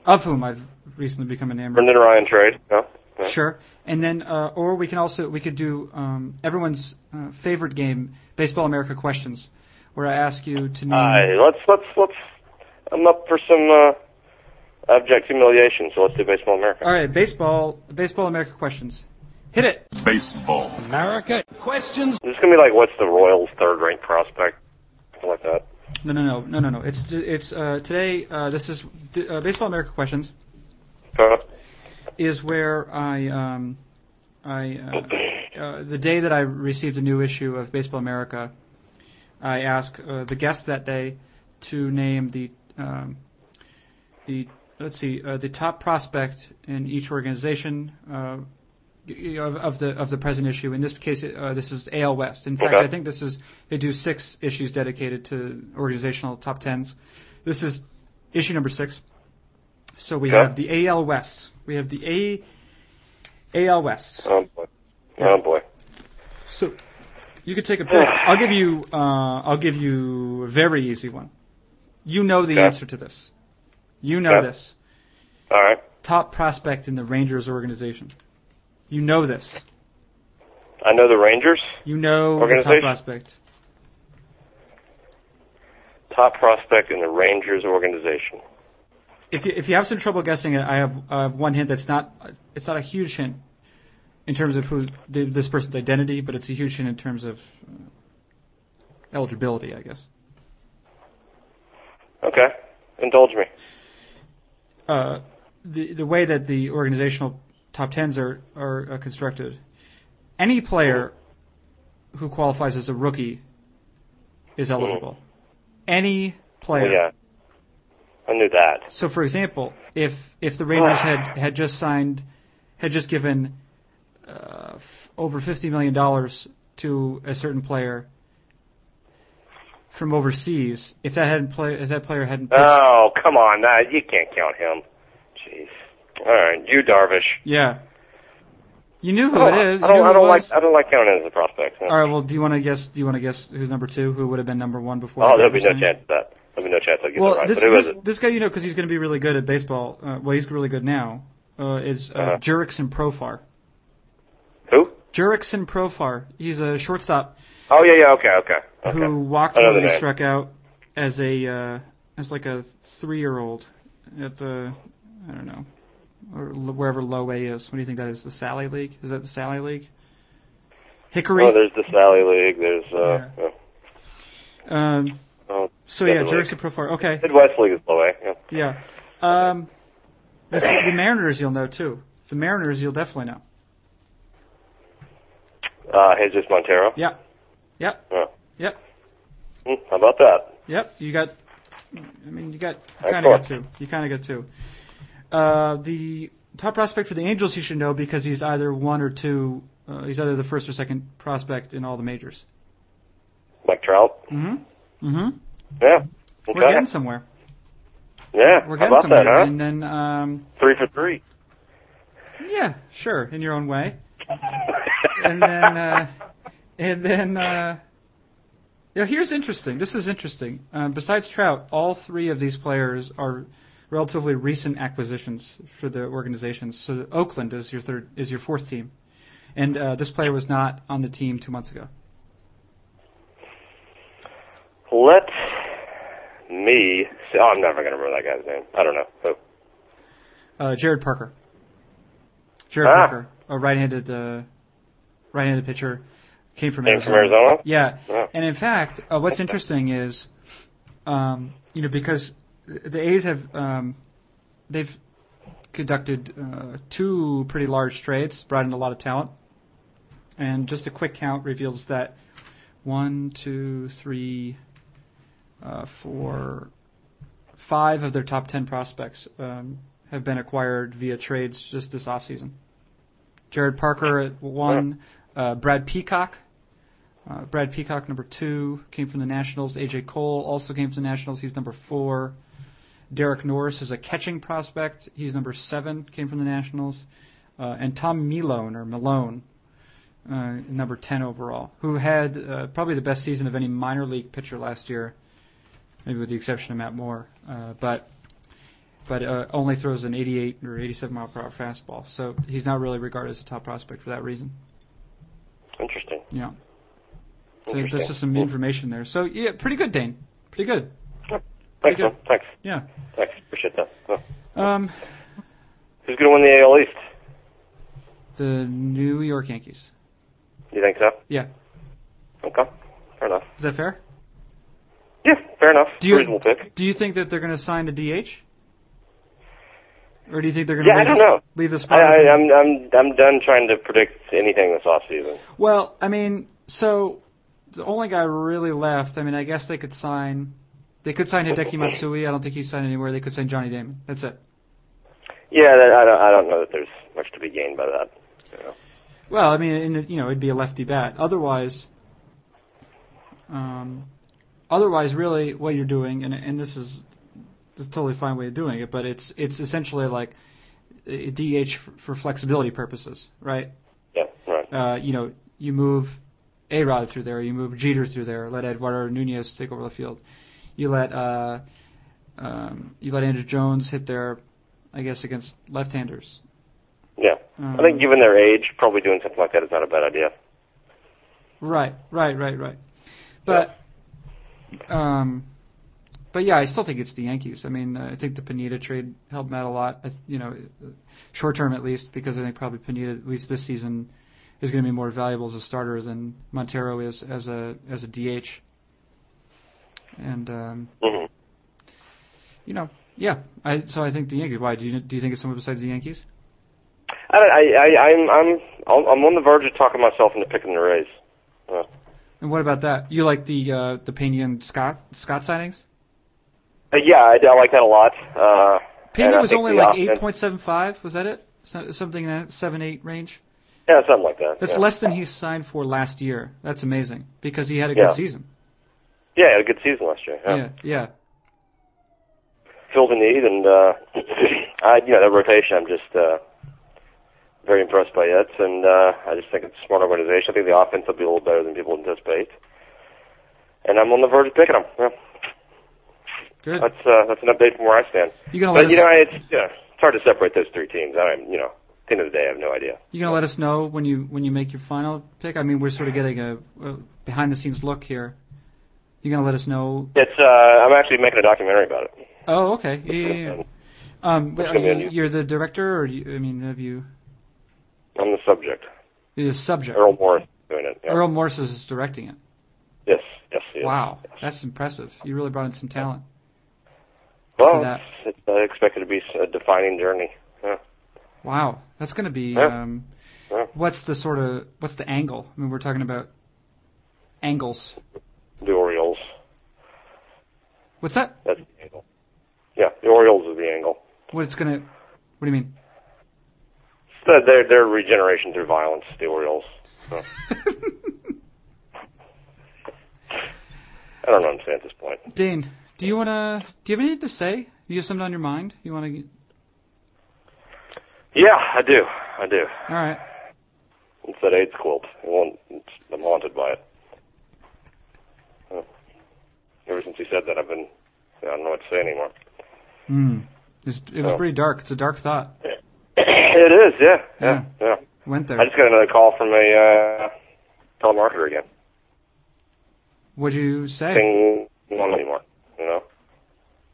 Speaker 1: Of whom I've recently become enamored.
Speaker 2: Brendan Ryan trade. Yeah. yeah.
Speaker 1: Sure. And then, uh, or we can also we could do um, everyone's uh, favorite game, Baseball America questions, where I ask you to name.
Speaker 2: Aye, let's let's let's. I'm up for some uh, abject humiliation, so let's do baseball America.
Speaker 1: All right, baseball, baseball America questions. Hit it.
Speaker 3: Baseball.
Speaker 4: America. Questions.
Speaker 2: This is gonna be like what's the Royals' third-ranked prospect, something like that.
Speaker 1: No, no, no, no, no, no. It's it's uh, today. Uh, this is uh, baseball America questions
Speaker 2: Uh,
Speaker 1: is where I um, I uh, uh, the day that I received a new issue of Baseball America, I ask uh, the guest that day to name the um, the let's see uh, the top prospect in each organization. Uh, y- of, of the of the present issue. In this case, uh, this is AL West. In fact,
Speaker 2: Okay.
Speaker 1: I think this is they do six issues dedicated to organizational top tens. This is issue number six. So we
Speaker 2: Yeah.
Speaker 1: have the AL West. We have the A AL West.
Speaker 2: oh boy. Oh boy.
Speaker 1: So you could take a pick. I'll give you uh, I'll give you a very easy one. You know the
Speaker 2: Okay.
Speaker 1: answer to this. You know
Speaker 2: Okay.
Speaker 1: this.
Speaker 2: All right.
Speaker 1: Top prospect in the Rangers organization. You know this.
Speaker 2: I know the Rangers
Speaker 1: You know the top
Speaker 2: Organization?
Speaker 1: prospect.
Speaker 2: top prospect in the Rangers organization.
Speaker 1: If you, if you have some trouble guessing it, I have uh, one hint that's not it's not a huge hint in terms of who the, this person's identity, but it's a huge hint in terms of uh, eligibility, I guess.
Speaker 2: Okay. Indulge me.
Speaker 1: Uh, the the way that the organizational top tens are are uh, constructed, any player who qualifies as a rookie is eligible. Any player.
Speaker 2: Well, Oh, yeah. I knew that.
Speaker 1: So, for example, if if the Rangers had had just signed, had just given uh, f- over fifty million dollars to a certain player from overseas, if that hadn't play, if that player hadn't pitched,
Speaker 2: Oh, come on. That you can't count him. Jeez. All right, you Darvish.
Speaker 1: yeah, you knew who
Speaker 2: I don't,
Speaker 1: it is.
Speaker 2: I
Speaker 1: you knew
Speaker 2: don't,
Speaker 1: who
Speaker 2: I
Speaker 1: it
Speaker 2: don't
Speaker 1: was.
Speaker 2: like. I don't like counting as a prospect.
Speaker 1: All right, well, do you want to guess? Do you want to guess who's number two? Who would have been number one before?
Speaker 2: oh,
Speaker 1: the
Speaker 2: there'll be no
Speaker 1: Rangers signed?
Speaker 2: chance of that. There'll be no chance I'll get
Speaker 1: Well,
Speaker 2: it right.
Speaker 1: this
Speaker 2: but who is
Speaker 1: this,
Speaker 2: it?
Speaker 1: this guy you know because he's going to be really good at baseball. Uh, well, he's really good now. Uh, is uh,
Speaker 2: Uh-huh.
Speaker 1: Jurickson Profar.
Speaker 2: Who?
Speaker 1: Jurickson Profar. He's a shortstop
Speaker 2: Oh yeah, yeah. Okay, okay. okay.
Speaker 1: who walked
Speaker 2: I know
Speaker 1: when
Speaker 2: the
Speaker 1: he
Speaker 2: name.
Speaker 1: struck out as a uh, as like a three year old at the I don't know or l- wherever low A is. What do you think that is? The Sally League? Is that the Sally League? Hickory.
Speaker 2: Oh, there's the Sally League. There's uh. oh,
Speaker 1: um,
Speaker 2: Oh,
Speaker 1: so yeah,
Speaker 2: Definitely.
Speaker 1: Jurickson Profar. Okay,
Speaker 2: Midwest League is low A. Yeah.
Speaker 1: yeah. Um, the, S- the Mariners you'll know too. The Mariners you'll definitely know.
Speaker 2: Uh, Jesus Montero.
Speaker 1: Yeah. Yep.
Speaker 2: Yeah.
Speaker 1: Yep.
Speaker 2: Hmm, how about that?
Speaker 1: Yep, you got. I mean, you got. You
Speaker 2: Of
Speaker 1: kind of got
Speaker 2: course.
Speaker 1: two. You kind of got two. Uh, the top prospect for the Angels, you should know because he's either one or two. Uh, he's either the first or second prospect in all the majors.
Speaker 2: Mike Trout.
Speaker 1: Mm-hmm. Mm-hmm.
Speaker 2: Yeah. Okay.
Speaker 1: We're getting somewhere.
Speaker 2: yeah.
Speaker 1: We're getting
Speaker 2: how about
Speaker 1: somewhere.
Speaker 2: that, huh?
Speaker 1: And then, um,
Speaker 2: Three for three.
Speaker 1: yeah, sure, in your own way. And then, uh, and then. Uh, now here's interesting. This is interesting. Uh, besides Trout, all three of these players are relatively recent acquisitions for the organizations. So Oakland is your third, is your fourth team, and uh, this player was not on the team two months ago.
Speaker 2: Let me. See, oh, I'm never gonna remember that guy's name. I don't know. Oh, Who?
Speaker 1: Uh, Jared Parker. Jared
Speaker 2: Ah.
Speaker 1: Parker, a right-handed uh, right-handed pitcher, came from
Speaker 2: Came
Speaker 1: Arizona.
Speaker 2: from Arizona?
Speaker 1: Yeah,
Speaker 2: Yeah.
Speaker 1: and in fact, uh, what's interesting is, um, you know, because the A's have um, they've conducted uh, two pretty large trades, brought in a lot of talent, and just a quick count reveals that one, two, three, uh, four, five of their top ten prospects um, have been acquired via trades just this offseason. Jared Parker at one, uh, Brad Peacock. Uh, Brad Peacock, number two, came from the Nationals. AJ Cole also came from the Nationals. He's number four. Derek Norris is a catching prospect. He's number seven, came from the Nationals. Uh, and Tom Milone, or Malone, uh, number 10 overall, who had uh, probably the best season of any minor league pitcher last year, maybe with the exception of Matt Moore, uh, but but uh, only throws an 88 or 87 mile per hour fastball. So he's not really regarded as a top prospect for that reason.
Speaker 2: Interesting.
Speaker 1: Yeah. So
Speaker 2: Interesting.
Speaker 1: that's just some information there. So yeah, pretty good, Dane. Pretty good.
Speaker 2: Thanks,
Speaker 1: pretty
Speaker 2: man. Thanks.
Speaker 1: Yeah.
Speaker 2: Thanks. Appreciate that. Huh.
Speaker 1: Um,
Speaker 2: Who's gonna win the AL East?
Speaker 1: the New York Yankees.
Speaker 2: You think so?
Speaker 1: Yeah.
Speaker 2: Okay. Fair enough.
Speaker 1: Is that fair?
Speaker 2: Yeah. Fair enough.
Speaker 1: Do you-
Speaker 2: Reasonable pick.
Speaker 1: Do you think that they're going to sign a DH? Or do you think they're going to
Speaker 2: Yeah, I
Speaker 1: leave,
Speaker 2: don't know.
Speaker 1: leave the
Speaker 2: I,
Speaker 1: spot? open?
Speaker 2: I, I'm I'm I'm done trying to predict anything this offseason.
Speaker 1: Well, I mean, so the only guy really left. I mean, I guess they could sign. They could sign Hideki Matsui. I don't think he's signed anywhere. They could sign Johnny Damon. That's it.
Speaker 2: Yeah, that, I don't I don't know that there's much to be gained by that. You know.
Speaker 1: Well, I mean, and, you know, it'd be a lefty bat. Otherwise, um, otherwise, really, what you're doing, and and this is this is a totally fine way of doing it, but it's it's essentially like a DH for, for flexibility purposes, right?
Speaker 2: Yeah. Right.
Speaker 1: uh, you know, you move A Rod through there, you move Jeter through there, let Eduardo Nunez take over the field, you let uh, um, you let Andrew Jones hit there, I guess against left-handers.
Speaker 2: Yeah.
Speaker 1: Um,
Speaker 2: I think given their age, probably doing something like that is not a bad idea.
Speaker 1: Right, right, right, right. But, um, but yeah, I still think it's the Yankees. I mean, I think the Pineda trade helped them out a lot. I, th- you know, short term at least, because I think probably Pineda at least this season is going to be more valuable as a starter than Montero is as a as a DH. And um,
Speaker 2: hmm
Speaker 1: you know, yeah. I so I think the Yankees. Why do you do you think it's someone besides the Yankees?
Speaker 2: I, don't- I, I I'm I'm I'm I'm on the verge of talking myself into picking the Rays. Uh,
Speaker 1: And what about that? You like the uh, the Pena and Scott Scott signings?
Speaker 2: uh, yeah, I, I like that a lot. Uh, and
Speaker 1: Pena
Speaker 2: I
Speaker 1: was
Speaker 2: think
Speaker 1: only
Speaker 2: the
Speaker 1: like
Speaker 2: offense-
Speaker 1: eight point seven five. Was that it? So, something in that seven eight range.
Speaker 2: Yeah, something like that.
Speaker 1: That's
Speaker 2: yeah.
Speaker 1: less than he signed for last year. That's amazing because he had a good
Speaker 2: Yeah.
Speaker 1: season.
Speaker 2: Yeah, he had a good season last year. Yeah.
Speaker 1: Yeah, yeah,
Speaker 2: Filled a need, and uh, I you know that rotation. I'm just uh, very impressed by it, and uh, I just think it's a smart organization. I think the offense will be a little better than people anticipate, and I'm on the verge of picking them. Yeah.
Speaker 1: good.
Speaker 2: That's uh, that's an update from where I stand.
Speaker 1: You gonna let us?
Speaker 2: But you know, it's yeah, it's hard to separate those three teams. I'm you know, at the end of the day, I have no idea.
Speaker 1: you gonna let us know when you when you make your final pick? I mean, we're sort of getting a, a behind the scenes look here. You gonna let us know?
Speaker 2: It's uh, I'm actually making a documentary about it.
Speaker 1: Oh, okay. Yeah, yeah, yeah. Um, but
Speaker 2: It's
Speaker 1: are
Speaker 2: gonna be on
Speaker 1: you,
Speaker 2: you.
Speaker 1: you're the director, or do you, I mean, have you
Speaker 2: I'm the subject.
Speaker 1: you're the subject?
Speaker 2: Earl Morris is doing it. Yeah.
Speaker 1: Earl Morse is directing it.
Speaker 2: Yes, yes, yes.
Speaker 1: Wow, that's impressive. You really brought in some talent. for
Speaker 2: Well,
Speaker 1: that.
Speaker 2: it's, it's uh, expected to be a defining journey. Yeah.
Speaker 1: Wow, that's going to be.
Speaker 2: Yeah.
Speaker 1: Um,
Speaker 2: Yeah.
Speaker 1: What's the sort of what's the angle? I mean, we're talking about angles.
Speaker 2: The Orioles.
Speaker 1: What's that?
Speaker 2: That's the angle. Yeah, the Orioles is the angle.
Speaker 1: What it's going to? What do you mean?
Speaker 2: It's the, their their regeneration through violence. The Orioles. Yeah. I don't understand at this point.
Speaker 1: Dane, do you want to? Do you have anything to say? Do you have something on your mind? You want to?
Speaker 2: Yeah, I do. I do.
Speaker 1: All right.
Speaker 2: It's that AIDS quilt. It won't, it's, I'm haunted by it. Uh, Ever since he said that, I've been. I don't know what to say anymore.
Speaker 1: Hmm. It's, it was
Speaker 2: Oh.
Speaker 1: pretty dark. It's a dark thought.
Speaker 2: it is, yeah, yeah, yeah.
Speaker 1: Went
Speaker 2: I
Speaker 1: there.
Speaker 2: just got another call from a uh, telemarketer again.
Speaker 1: What'd you say?
Speaker 2: Ding, one anymore. You know?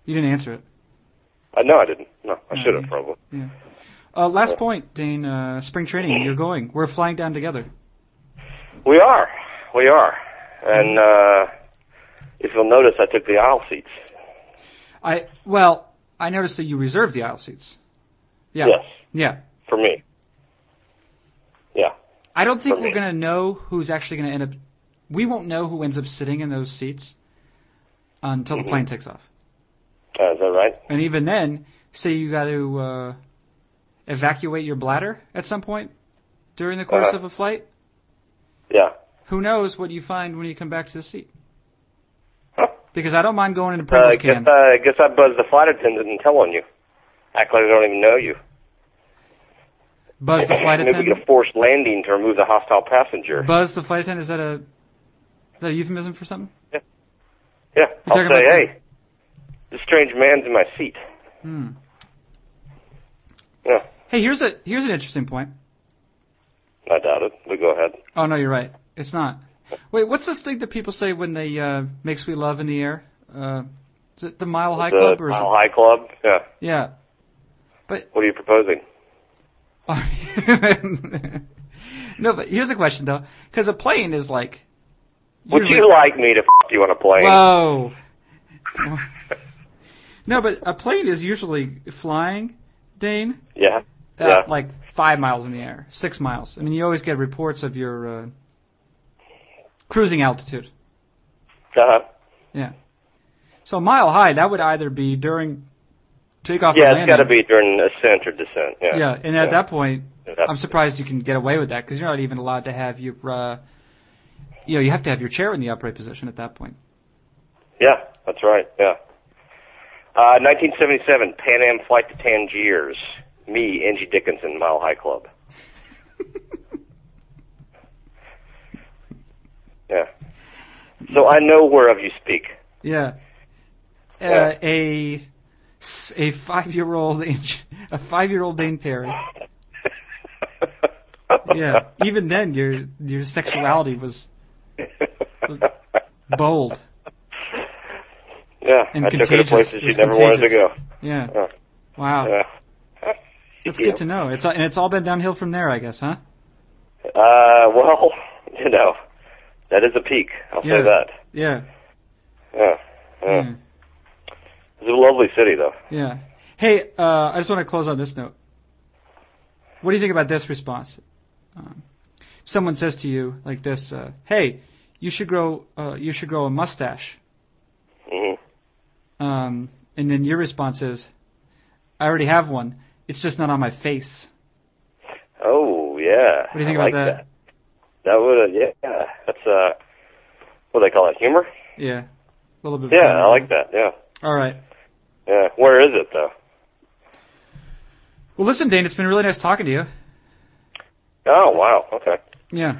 Speaker 1: You didn't answer it.
Speaker 2: I no, I didn't. No, I
Speaker 1: No,
Speaker 2: should have
Speaker 1: you-
Speaker 2: probably.
Speaker 1: Yeah. Uh, last point, Dane. Uh, spring training. You're going. We're flying down together.
Speaker 2: We are, we are, and uh, if you'll notice, I took the aisle seats.
Speaker 1: I well, I noticed that you reserved the aisle seats. Yeah.
Speaker 2: Yes,
Speaker 1: Yeah.
Speaker 2: for me. Yeah,
Speaker 1: I don't think
Speaker 2: For
Speaker 1: we're
Speaker 2: me.
Speaker 1: gonna know who's actually gonna end up. We won't know who ends up sitting in those seats until the plane
Speaker 2: Mm-hmm.
Speaker 1: takes off.
Speaker 2: uh, is that right?
Speaker 1: And even then, say you got to uh, evacuate your bladder at some point during the course
Speaker 2: Uh-huh.
Speaker 1: of a flight.
Speaker 2: Yeah.
Speaker 1: Who knows what you find when you come back to the seat?
Speaker 2: Huh.
Speaker 1: Because I don't mind going into
Speaker 2: Uh,
Speaker 1: Pringles
Speaker 2: guess
Speaker 1: can.
Speaker 2: I guess I buzzed the flight attendant and tell on you. Act like I don't even know you.
Speaker 1: Buzz the flight
Speaker 2: Maybe we
Speaker 1: attendant.
Speaker 2: get a forced landing to remove the hostile passenger.
Speaker 1: Buzz the flight attendant. Is that a is that a euphemism for something?
Speaker 2: yeah, I'll
Speaker 1: talking
Speaker 2: say,
Speaker 1: about
Speaker 2: hey, this strange man's in my seat.
Speaker 1: Hmm.
Speaker 2: Yeah,
Speaker 1: Hey, here's a here's an interesting point.
Speaker 2: I doubt it. But go ahead.
Speaker 1: Oh no, you're right. It's not. Wait, what's this thing that people say when they uh, make sweet love in the air? Uh, is it the Mile High
Speaker 2: the
Speaker 1: Club or is
Speaker 2: Mile
Speaker 1: it?
Speaker 2: High Club. Yeah.
Speaker 1: Yeah.
Speaker 2: What are you proposing?
Speaker 1: no, but here's a question though, because a plane is like.
Speaker 2: Would
Speaker 1: usually-
Speaker 2: you like me to f- you on a plane?
Speaker 1: Whoa. no, but a plane is usually flying, Dane,
Speaker 2: yeah.
Speaker 1: at
Speaker 2: Yeah.
Speaker 1: like five miles in the air, six miles. I mean, you always get reports of your uh, cruising altitude.
Speaker 2: Uh-huh.
Speaker 1: So a mile high, that would either be during takeoff or
Speaker 2: Yeah,
Speaker 1: landing.
Speaker 2: it's got to be during ascent or descent. Yeah.
Speaker 1: Yeah, and at that point,
Speaker 2: That's-
Speaker 1: I'm surprised you can get away with that because you're not even allowed to have your, uh, you know, you have to have your chair in the upright position at that point.
Speaker 2: Yeah, that's right. Yeah. Uh, 1977, Pan Am flight to Tangiers. Me, Angie Dickinson, Mile High Club. yeah. So I know whereof you speak.
Speaker 1: Yeah. Uh,
Speaker 2: Yeah.
Speaker 1: a s- a five year old a five year old Dane Perry. Yeah. Even then, your your sexuality was bold.
Speaker 2: yeah.
Speaker 1: And
Speaker 2: I took her to
Speaker 1: contagious.
Speaker 2: places
Speaker 1: It
Speaker 2: she
Speaker 1: was
Speaker 2: never wanted to go.
Speaker 1: contagious. Yeah.
Speaker 2: Yeah.
Speaker 1: Wow.
Speaker 2: Yeah.
Speaker 1: That's
Speaker 2: Yeah.
Speaker 1: good to know. It's and it's all been downhill from there, I guess, huh?
Speaker 2: Uh, well, you know, that is a peak. I'll
Speaker 1: Yeah. Hmm.
Speaker 2: say that.
Speaker 1: Yeah.
Speaker 2: Yeah. yeah.
Speaker 1: Yeah.
Speaker 2: It's a lovely city, though.
Speaker 1: Yeah. Hey, uh, I just want to close on this note. What do you think about this response? Um, someone says to you like this, uh, "Hey, you should grow, uh, you should grow a mustache."
Speaker 2: Mhm.
Speaker 1: Um, and then your response is, "I already have one. It's just not on my face."
Speaker 2: Oh, yeah.
Speaker 1: What do you think
Speaker 2: I
Speaker 1: about
Speaker 2: like
Speaker 1: that?
Speaker 2: that? That would, uh, yeah. That's, uh, what do they call it? Humor?
Speaker 1: Yeah. A little bit. of
Speaker 2: Yeah,
Speaker 1: humor.
Speaker 2: I like that. Yeah.
Speaker 1: All right.
Speaker 2: Yeah. Where is it, though?
Speaker 1: Well, listen, Dane. It's been really nice talking to you.
Speaker 2: Oh, wow. Okay.
Speaker 1: Yeah.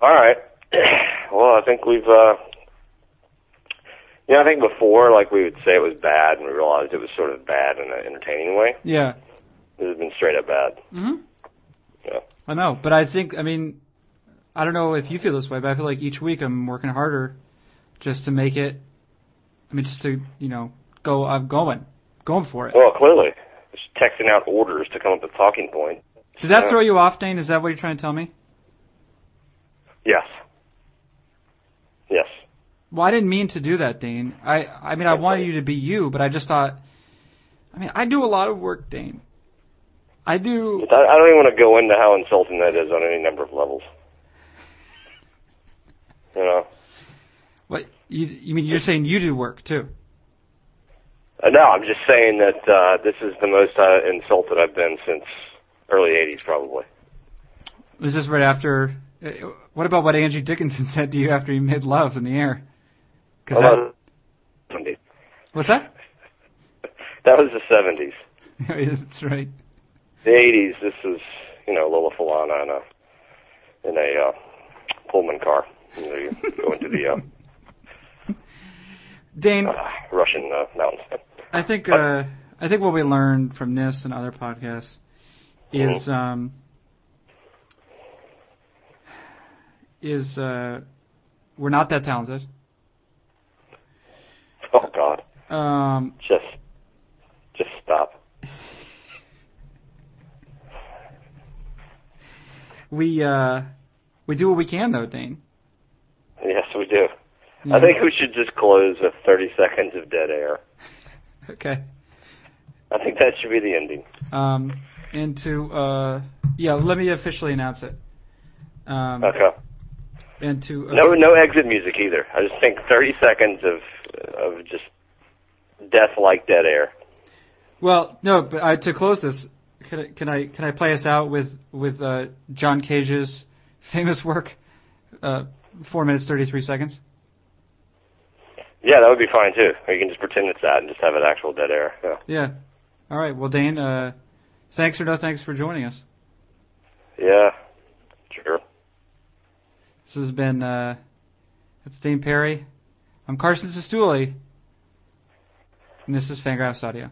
Speaker 2: All right. well, I think we've, uh, you know, I think before, like, we would say it was bad and we realized it was sort of bad in an entertaining way.
Speaker 1: Yeah.
Speaker 2: This has been straight up bad.
Speaker 1: hmm
Speaker 2: Yeah.
Speaker 1: I know, but I think I mean, I don't know if you feel this way, but I feel like each week I'm working harder just to make it. I mean, just to you know, go. I'm going, going for it.
Speaker 2: Well, clearly. Just texting out orders to come up with talking points.
Speaker 1: Did that throw you off, Dane? Is that what you're trying to tell me?
Speaker 2: Yes. Yes.
Speaker 1: Well, I didn't mean to do that, Dane. I I mean, I wanted you to be you, but I just thought. I mean, I do a lot of work, Dane. I do.
Speaker 2: I I don't even want to go into how insulting that is on any number of levels. You know,
Speaker 1: What you, you mean? You're saying you do work too?
Speaker 2: Uh, no, I'm just saying that uh, this is the most uh, insulted I've been since early '80s, probably.
Speaker 1: Was this right after? uh, What about what Angie Dickinson said to you after you made love in the air? 'Cause that-
Speaker 2: Although-
Speaker 1: what's that?
Speaker 2: that was the '70s.
Speaker 1: That's right.
Speaker 2: The '80s, this is you know Lola Falana in a in a uh, Pullman car. You know, you go into the uh,
Speaker 1: Dane,
Speaker 2: uh, Russian uh, mountains.
Speaker 1: I think uh, I think what we learned from this and other podcasts
Speaker 2: Mm-hmm.
Speaker 1: is um, is uh, we're not that talented.
Speaker 2: Oh God,
Speaker 1: Um,
Speaker 2: just, just stop.
Speaker 1: we uh, we do what we can though, Dane.
Speaker 2: Yes, we do.
Speaker 1: You know?
Speaker 2: I think we should just close with 30 seconds of dead air.
Speaker 1: Okay.
Speaker 2: I think that should be the ending.
Speaker 1: Um, into uh, yeah. Let me officially announce it. Um,
Speaker 2: Okay.
Speaker 1: Into uh,
Speaker 2: No, no exit music either. I just think 30 seconds of, of just death like dead air.
Speaker 1: Well, no, but I, to close this, can I, can I can I play us out with with uh, John Cage's famous work, uh, four minutes thirty three seconds?
Speaker 2: Yeah, that would be fine too. Or you can just pretend it's that and just have an actual dead air. Yeah.
Speaker 1: Yeah. All right. Well, Dane, uh, thanks or no thanks for joining us.
Speaker 2: Yeah. Sure.
Speaker 1: This has been uh, it's Dane Perry. I'm Carson Sestouli, and this is Fangraphs Audio.